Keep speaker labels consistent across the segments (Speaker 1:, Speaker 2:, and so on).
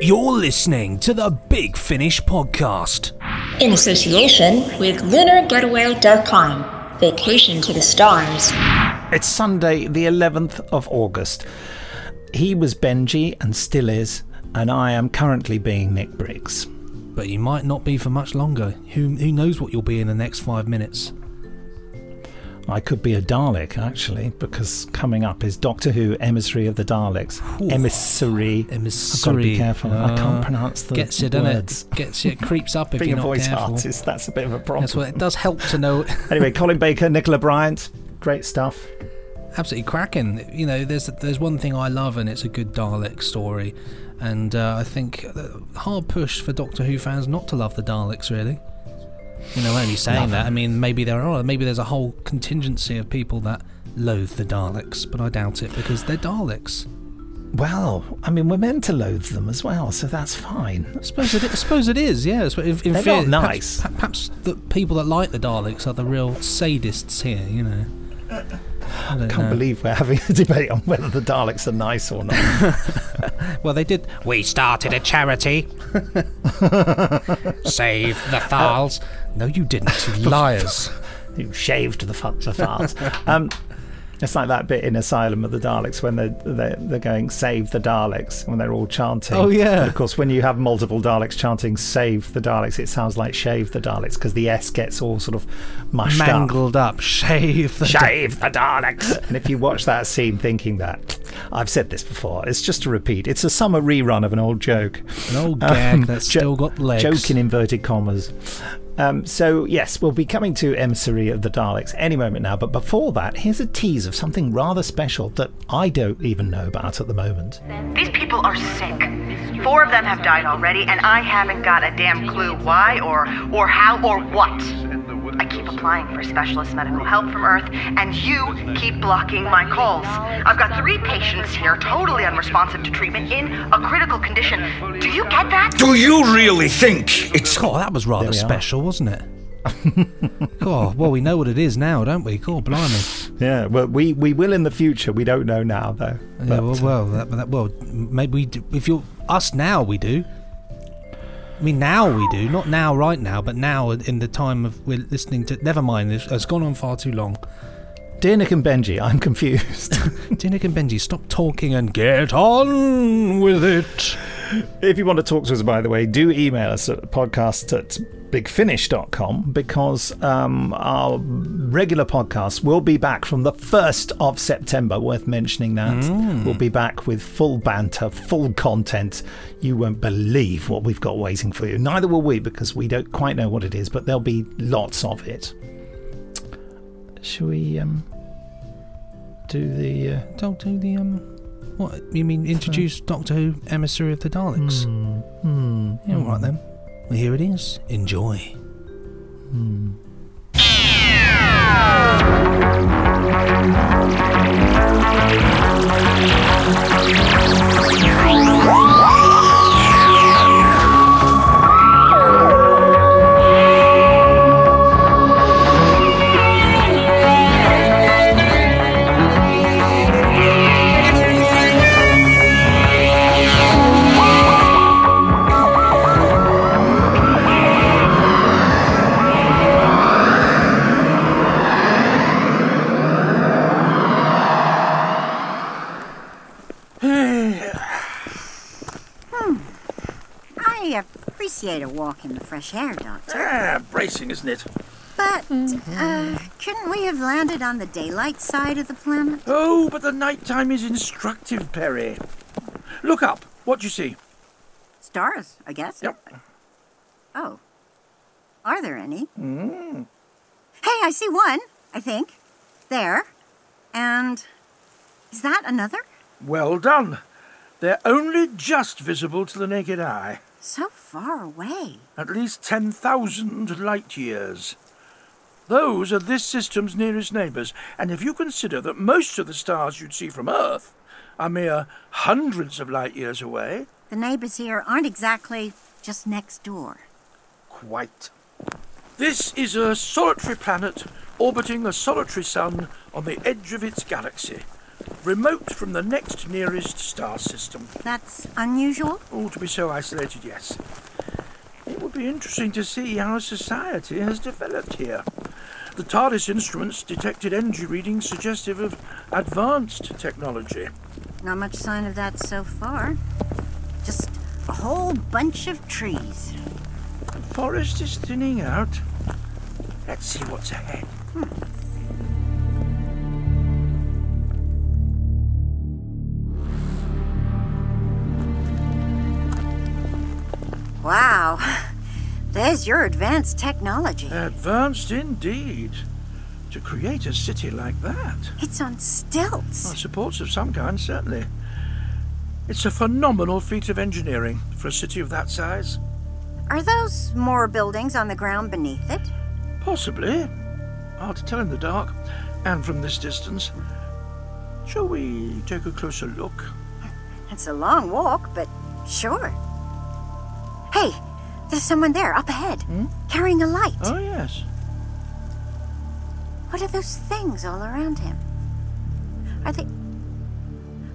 Speaker 1: You're listening to the Big Finish Podcast.
Speaker 2: In association with LunarGetaway.com. Vacation to the stars.
Speaker 3: It's Sunday, the 11th of August. He was Benji and still is, and I am currently being Nick Briggs.
Speaker 1: But you might not be for much longer. Who, who knows what you'll be in the next five minutes?
Speaker 3: I could be a Dalek, actually, because coming up is Doctor Who Emissary of the Daleks.
Speaker 1: Ooh.
Speaker 3: Emissary. I've got to
Speaker 1: Emissary.
Speaker 3: be careful. I
Speaker 1: Uh,
Speaker 3: can't pronounce the
Speaker 1: gets you, doesn't
Speaker 3: words.
Speaker 1: it? Gets you. It creeps up if
Speaker 3: Being
Speaker 1: you're
Speaker 3: a
Speaker 1: not
Speaker 3: voice
Speaker 1: careful.
Speaker 3: artist, that's a bit of a problem.
Speaker 1: That's what it does help to know.
Speaker 3: anyway, Colin Baker, Nicola Bryant, great stuff.
Speaker 1: absolutely cracking. You know, there's there's one thing I love, and it's a good Dalek story. And uh, I think uh, hard push for Doctor Who fans not to love the Daleks, really. You know, only saying that. I mean, maybe there are. Maybe there's a whole contingency of people that loathe the Daleks, but I doubt it because they're Daleks.
Speaker 3: Well, I mean, we're meant to loathe them as well, so that's fine.
Speaker 1: I suppose it, I suppose it is. Yeah, so in, in
Speaker 3: They're
Speaker 1: fear-
Speaker 3: not
Speaker 1: perhaps-
Speaker 3: nice.
Speaker 1: Perhaps, the people that like the Daleks are the real sadists here. You know. I don't
Speaker 3: Can't
Speaker 1: know.
Speaker 3: believe we're having a debate on whether the Daleks are nice or not.
Speaker 1: Well, they did. We started a charity. Save the Thals. no, you didn't, you liars.
Speaker 3: who shaved the fuck the farts. um, it's like that bit in Asylum of the Daleks when they're, they're, they're going, save the Daleks, when they're all chanting.
Speaker 1: Oh, yeah.
Speaker 3: And of course, when you have multiple Daleks chanting, save the Daleks, it sounds like shave the Daleks because the S gets all sort of mushed up.
Speaker 1: Mangled up, shave the.
Speaker 3: Shave the Daleks! and if you watch that scene thinking that, I've said this before, it's just a repeat. It's a summer rerun of an old joke.
Speaker 1: An old gag
Speaker 3: Um,
Speaker 1: that's
Speaker 3: jo-
Speaker 1: still got legs.
Speaker 3: Joke in inverted commas. Um, so, yes, we'll be coming to Emissary of the Daleks any moment now. But before that, here's a tease of something rather special that I don't even know about at the moment.
Speaker 4: These people are sick. Four of them have died already, and I haven't got a damn clue why or or how or what. I keep applying for specialist medical help from Earth, and you keep blocking my calls. I've got three patients here, totally unresponsive to treatment, in a critical condition. Do you get that?
Speaker 5: Do you really think it's
Speaker 1: Oh, that was rather
Speaker 3: we are.
Speaker 1: special, wasn't it? oh, well, we know what it is now, don't we? God, blimey.
Speaker 3: Yeah, well, we, we will in the future. We don't know now, though.
Speaker 1: yeah,
Speaker 3: But,
Speaker 1: well,
Speaker 3: uh,
Speaker 1: well, that, that, well, maybe we do, if you're us now, we do. I mean, now we do, not now, right now, but now in the time of we're listening to. Never mind, it's- it's gone on far too long.
Speaker 3: Dear Nick and Benji, I'm confused.
Speaker 1: Dinik and Benji, stop talking and get on with it.
Speaker 3: If you want to talk to us, by the way, do email us at podcast at bigfinish.com because um, our regular podcast will be back from the 1st of September. Worth mentioning that. We'll be back with full banter, full content. You won't believe what we've got waiting for you. Neither will we because we don't quite know what it is, but there'll be lots of it. Shall we um, do the. Uh,
Speaker 1: Don't do the um. What you mean? Introduce Doctor Who, emissary of the Daleks.
Speaker 3: Hmm,
Speaker 1: Yeah, all right then. Well, here it is. Enjoy.
Speaker 6: I appreciate a walk in the fresh air, Doctor.
Speaker 5: ah, bracing, isn't it?
Speaker 6: But, uh, couldn't we have landed on the daylight side of the planet?
Speaker 5: Oh, but the night time is instructive, Perry. Look up. What do you see?
Speaker 6: Stars, I guess?
Speaker 5: Yep.
Speaker 6: Oh. Are there any? Mm. Hey, I see one, I think. There. And. Is that another?
Speaker 5: Well done. They're only just visible to the naked eye.
Speaker 6: So far away.
Speaker 5: At least 10,000 light years. Those are this system's nearest neighbours, and if you consider that most of the stars you'd see from Earth are mere hundreds of light years away,
Speaker 6: The neighbors here aren't exactly just next door.
Speaker 5: Quite. This is a solitary planet orbiting a solitary sun on the edge of its galaxy, remote from the next nearest star system.
Speaker 6: That's unusual.
Speaker 5: All to be so isolated, yes. It would be interesting to see how society has developed here. The TARDIS instruments detected energy readings suggestive of advanced technology.
Speaker 6: Not much sign of that so far. Just a whole bunch of trees.
Speaker 5: The forest is thinning out. Let's see what's ahead.
Speaker 6: Wow. There's your advanced technology.
Speaker 5: Advanced indeed. To create a city like that.
Speaker 6: It's on
Speaker 5: Well,
Speaker 6: stilts.
Speaker 5: supports of some kind, certainly. It's a phenomenal feat of engineering for a city of that size.
Speaker 6: Are those more buildings on the ground beneath it?
Speaker 5: Possibly. Hard to tell in the dark, and from this distance. Shall we take a closer look?
Speaker 6: It's a long walk, but sure. Hey, there's someone there up ahead carrying a light.
Speaker 5: Oh, yes.
Speaker 6: What are those things all around him? Are they.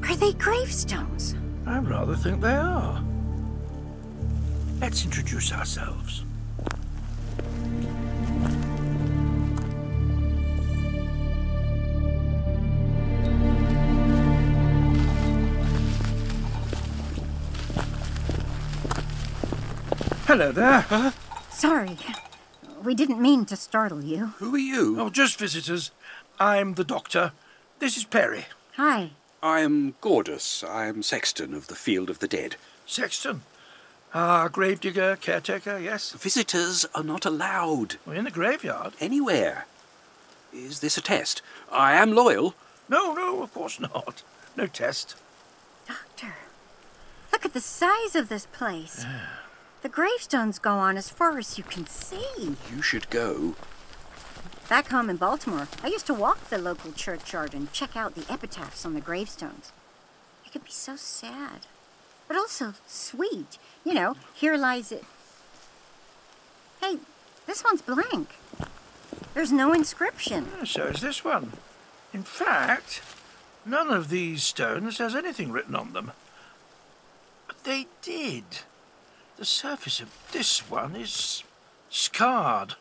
Speaker 6: Are they gravestones?
Speaker 5: I rather think they are. Let's introduce ourselves. Hello there.
Speaker 6: Sorry. We didn't mean to startle you.
Speaker 7: Who are you?
Speaker 5: Oh, just visitors. I'm the doctor. This is Perry.
Speaker 6: Hi.
Speaker 7: I am Gordus. I am sexton of the Field of the Dead.
Speaker 5: Sexton. Ah, gravedigger, caretaker, yes.
Speaker 7: Visitors are not allowed
Speaker 5: We're in the graveyard.
Speaker 7: anywhere. Is this a test? I am loyal.
Speaker 5: No, no, of course not. No test.
Speaker 6: Doctor. Look at the size of this place. The gravestones go on as far as you can see.
Speaker 7: You should go.
Speaker 6: Back home in Baltimore, I used to walk the local churchyard and check out the epitaphs on the gravestones. It could be so sad, but also sweet. You know, here lies it. Hey, this one's blank. There's no inscription.
Speaker 5: Ah, So is this one. In fact, none of these stones has anything written on them. But they did. The surface of this one is scarred.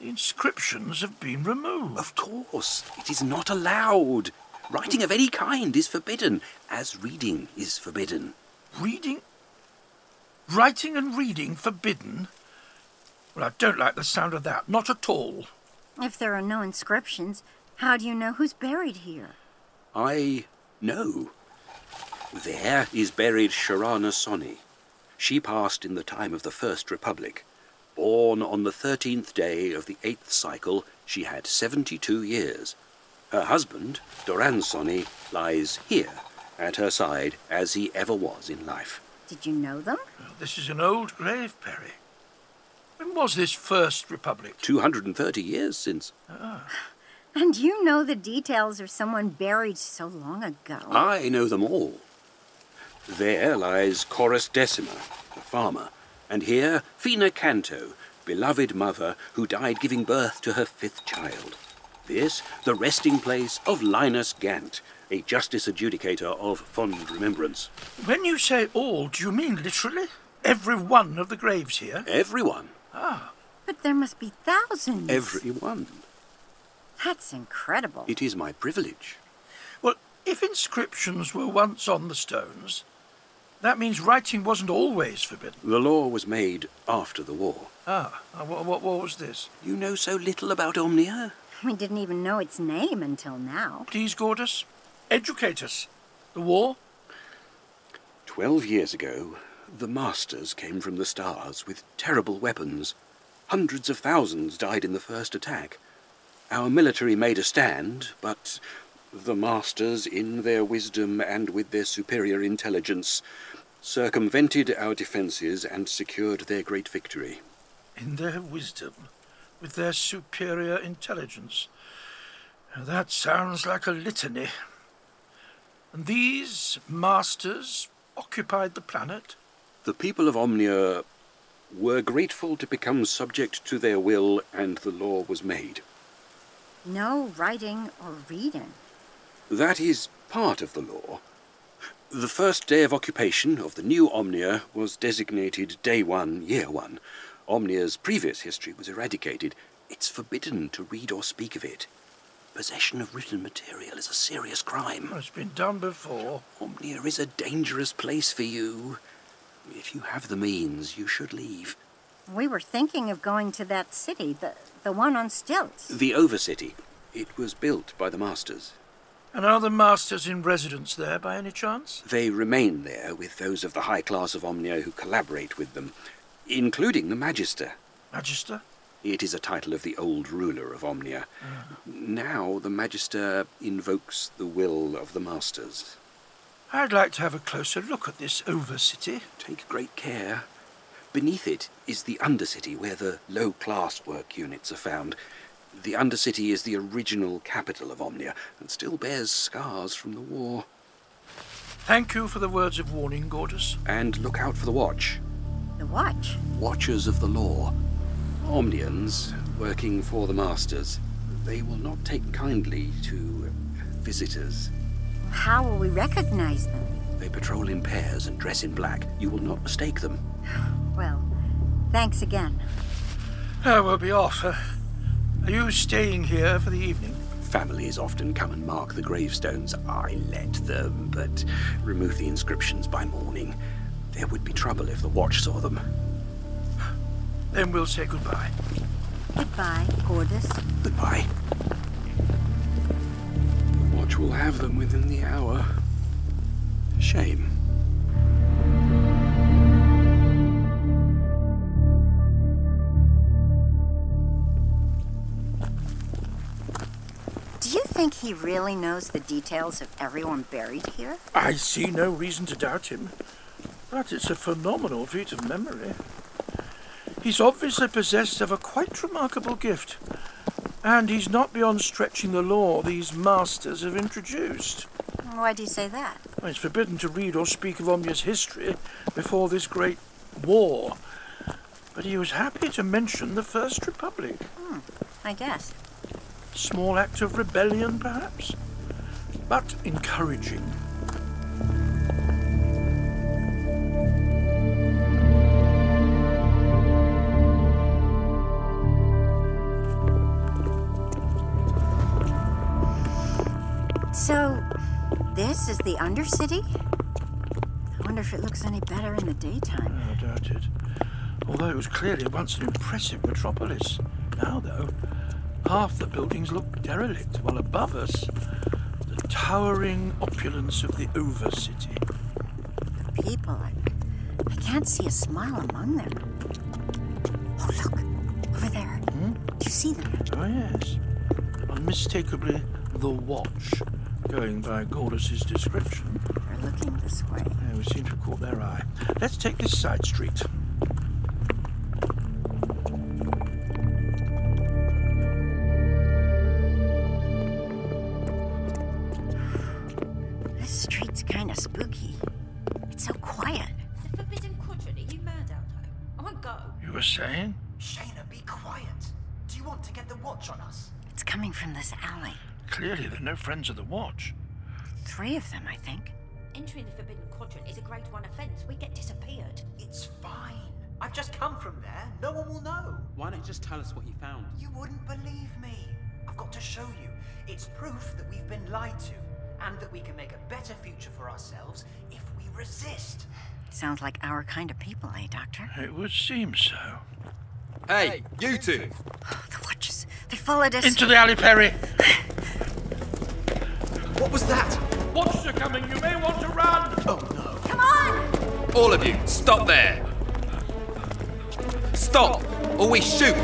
Speaker 5: The inscriptions have been removed.
Speaker 7: Of course, it is not allowed. Writing of any kind is forbidden, as reading is forbidden.
Speaker 5: Reading. Writing and reading forbidden? Well, I don't like the sound of that. Not at all.
Speaker 6: If there are no inscriptions, how do you know who's buried here?
Speaker 7: I know. There is buried Sharana Soni. She passed in the time of the First Republic. Born on the 13th day of the 8th cycle, she had 72 years. Her husband, Doran Soni, lies here, at her side, as he ever was in life.
Speaker 6: Did you know them?
Speaker 5: This is an old grave, Perry. When was this First Republic?
Speaker 7: 230 years since.
Speaker 6: And you know the details of someone buried so long ago.
Speaker 7: I know them all. There lies Chorus Decima, the farmer, and here Fina Canto, beloved mother who died giving birth to her fifth child. This, the resting place of Linus Gant, a justice adjudicator of fond remembrance.
Speaker 5: When you say all, do you mean literally? Every one of the graves here? Ah.
Speaker 7: Everyone,
Speaker 6: But there must be thousands.
Speaker 7: everyone.
Speaker 6: That's incredible.
Speaker 7: It is my privilege.
Speaker 5: Well, if inscriptions were once on the stones, that means writing wasn't always forbidden.
Speaker 7: The law was made after the war.
Speaker 5: Ah, what, what, what was this?
Speaker 7: You know so little about Omnia?
Speaker 6: We didn't even know its name until now.
Speaker 5: Please, Gordus, educate us. The war?
Speaker 7: Twelve years ago, the Masters came from the stars with terrible weapons. Hundreds of thousands died in the first attack. Our military made a stand, but the Masters, in their wisdom and with their superior intelligence, circumvented our defences and secured their great victory.
Speaker 5: In their wisdom, with their superior intelligence. Now, That sounds like a litany. And these masters occupied the planet?
Speaker 7: The people of Omnia were grateful to become subject to their will, and the law was made.
Speaker 6: No writing or reading.
Speaker 7: That is part of the law. The first day of occupation of the new Omnia was designated Day 1, Year 1. Omnia's previous history was eradicated. It's forbidden to read or speak of it. Possession of written material is a serious crime.
Speaker 5: It's been done before.
Speaker 7: Omnia is a dangerous place for you. If you have the means, you should leave.
Speaker 6: We were thinking of going to that city, the, the one on stilts.
Speaker 7: The Overcity. It was built by the Masters.
Speaker 5: And are the masters in residence there by any chance?
Speaker 7: They remain there with those of the high class of Omnia who collaborate with them, including the Magister.
Speaker 5: Magister?
Speaker 7: It is a title of the old ruler of Omnia. Now the Magister invokes the will of the Masters.
Speaker 5: I'd like to have a closer look at this over city.
Speaker 7: Take great care. Beneath it is the Undercity, where the low class work units are found. The Undercity is the original capital of Omnia and still bears scars from the war.
Speaker 5: Thank you for the words of warning, Gordus.
Speaker 7: And look out for the Watch,
Speaker 6: The watch.
Speaker 7: Watchers of the Law. Omnians working for the Masters. They will not take kindly to visitors.
Speaker 6: How will we recognize them?
Speaker 7: They patrol in pairs and dress in black. You will not mistake them.
Speaker 6: Well, thanks again.
Speaker 5: I will be off. Uh, are you staying here for the evening?
Speaker 7: Families often come and mark the gravestones. I let them, but remove the inscriptions by morning. There would be trouble if the watch saw them.
Speaker 5: Then we'll say goodbye.
Speaker 6: Goodbye, Gordis.
Speaker 7: Goodbye. The watch will have them within the hour. Shame.
Speaker 6: Do you think he really knows the details of everyone buried here?
Speaker 5: I see no reason to doubt him, but it's a phenomenal feat of memory. He's obviously possessed of a quite remarkable gift, and he's not beyond stretching the law these masters have introduced.
Speaker 6: Why do you say that?
Speaker 5: It's forbidden to read or speak of Omnia's history before this great war, but he was happy to mention the First Republic.
Speaker 6: I guess.
Speaker 5: Small act of rebellion, perhaps, but encouraging.
Speaker 6: So, this is the Undercity? I wonder if it looks any better in the daytime.
Speaker 5: I doubt it. Although it was clearly once an impressive metropolis. Now, though, half the buildings look derelict, while above us, the towering opulence of the Over City.
Speaker 6: The people, I, I can't see a smile among them. Oh, look, over there. Do you see them?
Speaker 5: Oh, yes. Unmistakably, the watch, going by Gordus's description.
Speaker 6: They're looking this way.
Speaker 5: Yeah, we seem to have caught their eye. Let's take this side street.
Speaker 6: This street's kind of spooky. It's so quiet.
Speaker 8: The Forbidden Quadrant, are you mad, Aldo? I won't go.
Speaker 5: You were saying?
Speaker 9: Shayna, be quiet. Do you want to get the watch on us?
Speaker 6: It's coming from this alley.
Speaker 5: Clearly, they're no friends of the watch.
Speaker 6: Three of them, I think.
Speaker 8: Entering the Forbidden Quadrant is a grade one offence. We get disappeared.
Speaker 9: It's fine. I've just come from there. No one will know.
Speaker 10: Why don't you just tell us what you found?
Speaker 9: You wouldn't believe me. I've got to show you. It's proof that we've been lied to and that we can make a better future for ourselves if we resist.
Speaker 6: Sounds like our kind of people, eh, Doctor?
Speaker 5: It would seem so.
Speaker 11: Hey, you two!
Speaker 6: Oh, the watches. They followed us.
Speaker 5: Into the alley, Perry!
Speaker 9: What was that?
Speaker 5: Watchers are coming, you may want to run!
Speaker 9: Oh no.
Speaker 6: Come on!
Speaker 11: All of you, stop there! Stop, or we shoot!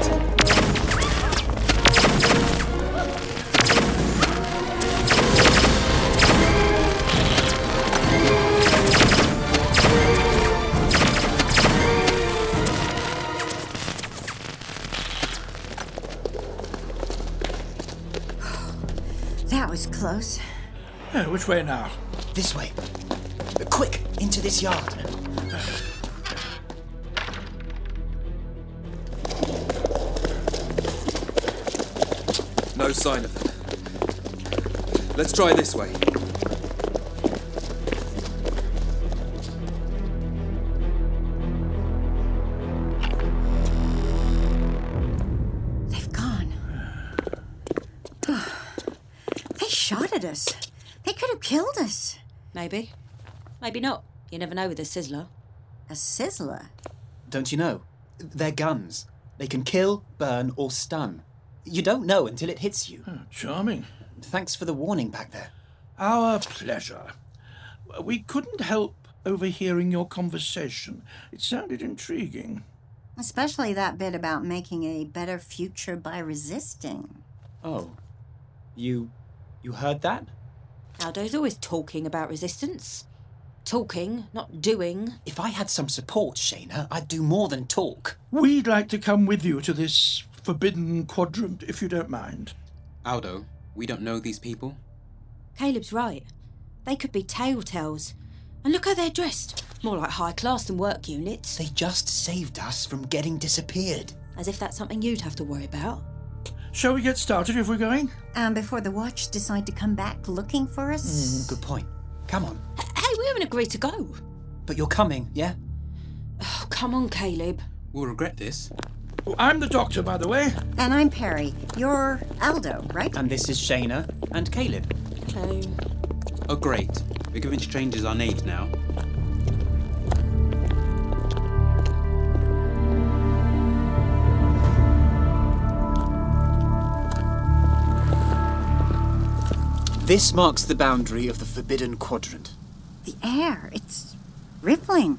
Speaker 6: That was close.
Speaker 5: Uh, which way now?
Speaker 9: This way. Uh, Quick, into this yard.
Speaker 11: No sign of them. Let's try this way.
Speaker 6: They've gone. they shot at us. They could have killed us.
Speaker 8: Maybe. Maybe not. You never know with a sizzler.
Speaker 6: A sizzler?
Speaker 12: Don't you know? They're guns. They can kill, burn, or stun. You don't know until it hits you.
Speaker 5: charming.
Speaker 12: Thanks for the warning back there.
Speaker 5: Our pleasure. We couldn't help overhearing your conversation. It sounded intriguing.
Speaker 6: Especially that bit about making a better future by resisting.
Speaker 12: Oh. You. you heard that?
Speaker 8: Aldo's always talking about resistance. Talking, not doing.
Speaker 12: If I had some support, Shayna, I'd do more than talk.
Speaker 5: We'd like to come with you to this forbidden quadrant, if you don't mind.
Speaker 11: Aldo, we don't know these people.
Speaker 8: Caleb's right. They could be telltales. And look how they're dressed. More like high class than work units.
Speaker 12: They just saved us from getting disappeared.
Speaker 8: As if that's something you'd have to worry about.
Speaker 5: Shall we get started if we're going?
Speaker 6: Um, before the watch decide to come back looking for us?
Speaker 12: Good point. Come on.
Speaker 8: Hey, we haven't agreed to go.
Speaker 12: But you're coming, yeah?
Speaker 8: Oh, come on, Caleb.
Speaker 11: We'll regret this.
Speaker 5: Oh, I'm the doctor, by the way.
Speaker 6: And I'm Perry. You're Aldo, right?
Speaker 12: And this is Shayna and Caleb.
Speaker 8: Oh,
Speaker 11: Oh, great. We're giving strangers our names now.
Speaker 12: This marks the boundary of the Forbidden Quadrant.
Speaker 6: The air. It's rippling.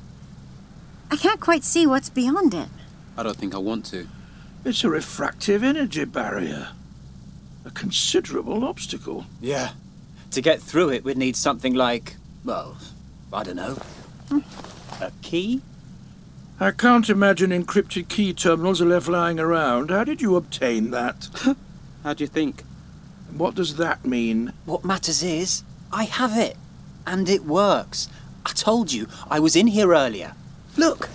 Speaker 6: I can't quite see what's beyond it.
Speaker 11: I don't think I want to.
Speaker 5: It's a refractive energy barrier. A considerable obstacle.
Speaker 12: Yeah. To get through it, we'd need something like, well, I don't know. A key?
Speaker 5: I can't imagine encrypted key terminals are left lying around. How did you obtain that?
Speaker 11: How do you think?
Speaker 5: What does that mean?
Speaker 12: What matters is, I have it. And it works. I told you, I was in here earlier. Look!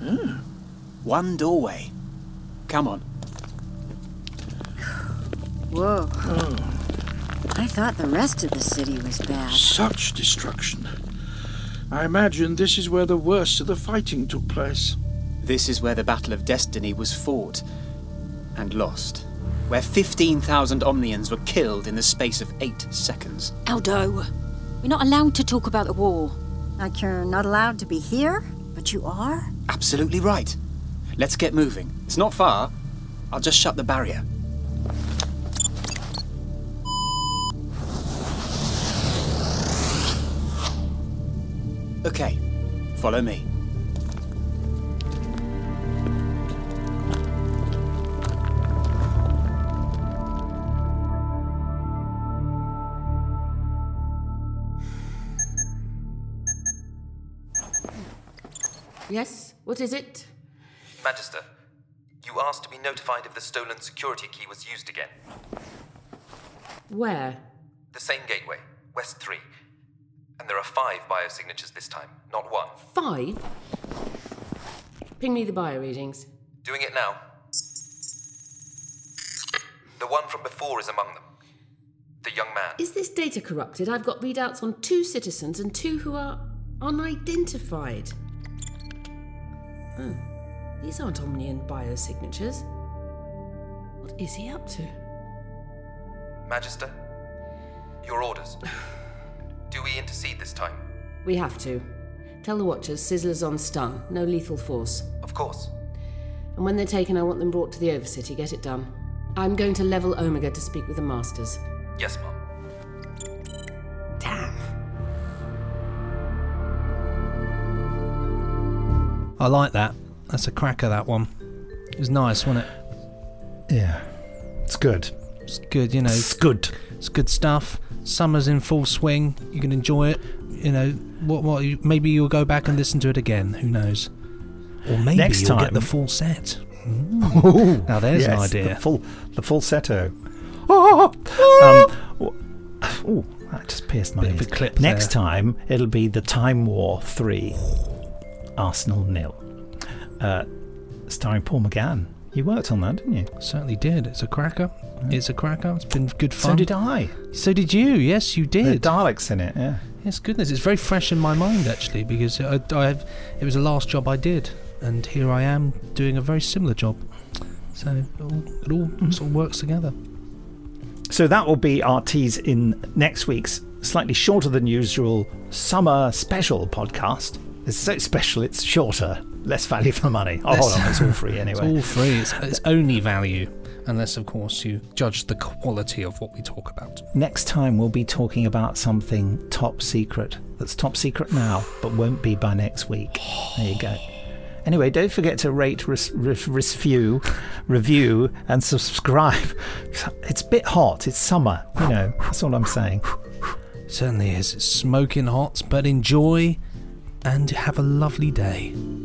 Speaker 12: Hmm. One doorway. Come on.
Speaker 6: Whoa. I thought the rest of the city was bad.
Speaker 5: Such destruction. I imagine this is where the worst of the fighting took place.
Speaker 12: This is where the Battle of Destiny was fought and lost. Where 15,000 Omnians were killed in the space of eight seconds.
Speaker 8: Aldo. We're not allowed to talk about the war.
Speaker 6: Like you're not allowed to be here, but you are?
Speaker 12: Absolutely right. Let's get moving. It's not far. I'll just shut the barrier. Okay, follow me.
Speaker 13: Yes, what is it?
Speaker 14: Magister, you asked to be notified if the stolen security key was used again.
Speaker 13: Where?
Speaker 14: The same gateway, West 3. And there are five biosignatures this time, not one.
Speaker 13: Five? Ping me the bio readings.
Speaker 14: Doing it now. The one from before is among them. The young man.
Speaker 13: Is this data corrupted? I've got readouts on two citizens and two who are unidentified. Oh, these aren't Omnian biosignatures. What is he up to?
Speaker 14: Magister, your orders. Do we intercede this time?
Speaker 13: We have to. Tell the Watchers Sizzler's on stun, no lethal force.
Speaker 14: Of course.
Speaker 13: And when they're taken, I want them brought to the Overcity. Get it done. I'm going to level Omega to speak with the Masters.
Speaker 14: Yes, ma'am.
Speaker 13: Damn.
Speaker 1: I like that. That's a cracker, that one. It was nice, wasn't it?
Speaker 3: Yeah. It's good.
Speaker 1: It's good, you know.
Speaker 3: It's good.
Speaker 1: It's good stuff. Summer's in full swing. You can enjoy it. You know, what? What? you- Maybe you'll go back and listen to it again. Who knows? Or maybe
Speaker 3: Next
Speaker 1: you'll get
Speaker 3: time-
Speaker 1: the full set.
Speaker 3: Ooh,
Speaker 1: Now there's an
Speaker 3: yes,
Speaker 1: idea.
Speaker 3: The full, the falsetto. Oh, um, w- ooh, that just pierced my
Speaker 1: Bit of
Speaker 3: ears.
Speaker 1: a clip
Speaker 3: Next
Speaker 1: there.
Speaker 3: time it'll be the Time War Three, Arsenal nil. Uh, starring Paul McGann. You worked on that, didn't you?
Speaker 1: Certainly did. It's a cracker. It's a cracker. It's been good
Speaker 3: So
Speaker 1: fun.
Speaker 3: did I.
Speaker 1: So did you. Yes, you
Speaker 3: The
Speaker 1: did.
Speaker 3: Daleks in it, yeah.
Speaker 1: Yes, goodness. It's very fresh in my mind actually because I, I have, it was the last job I did, and here I am doing a very similar job. So it all, it all
Speaker 3: Mm-hmm.
Speaker 1: sort of works together.
Speaker 3: So that will be our tease in next week's slightly shorter than usual summer special podcast. It's so special, it's shorter, less value for money. Oh, hold on, it's all free anyway.
Speaker 1: It's all free. It's, it's only value, unless of course you judge the quality of what we talk about.
Speaker 3: Next time, we'll be talking about something top secret that's top secret now, but won't be by next week. There you go. Anyway, don't forget to rate, res- res- review, review, and subscribe. It's a bit hot. It's summer, you know. That's all I'm saying.
Speaker 1: Certainly is. It's smoking hot, but enjoy and have a lovely day.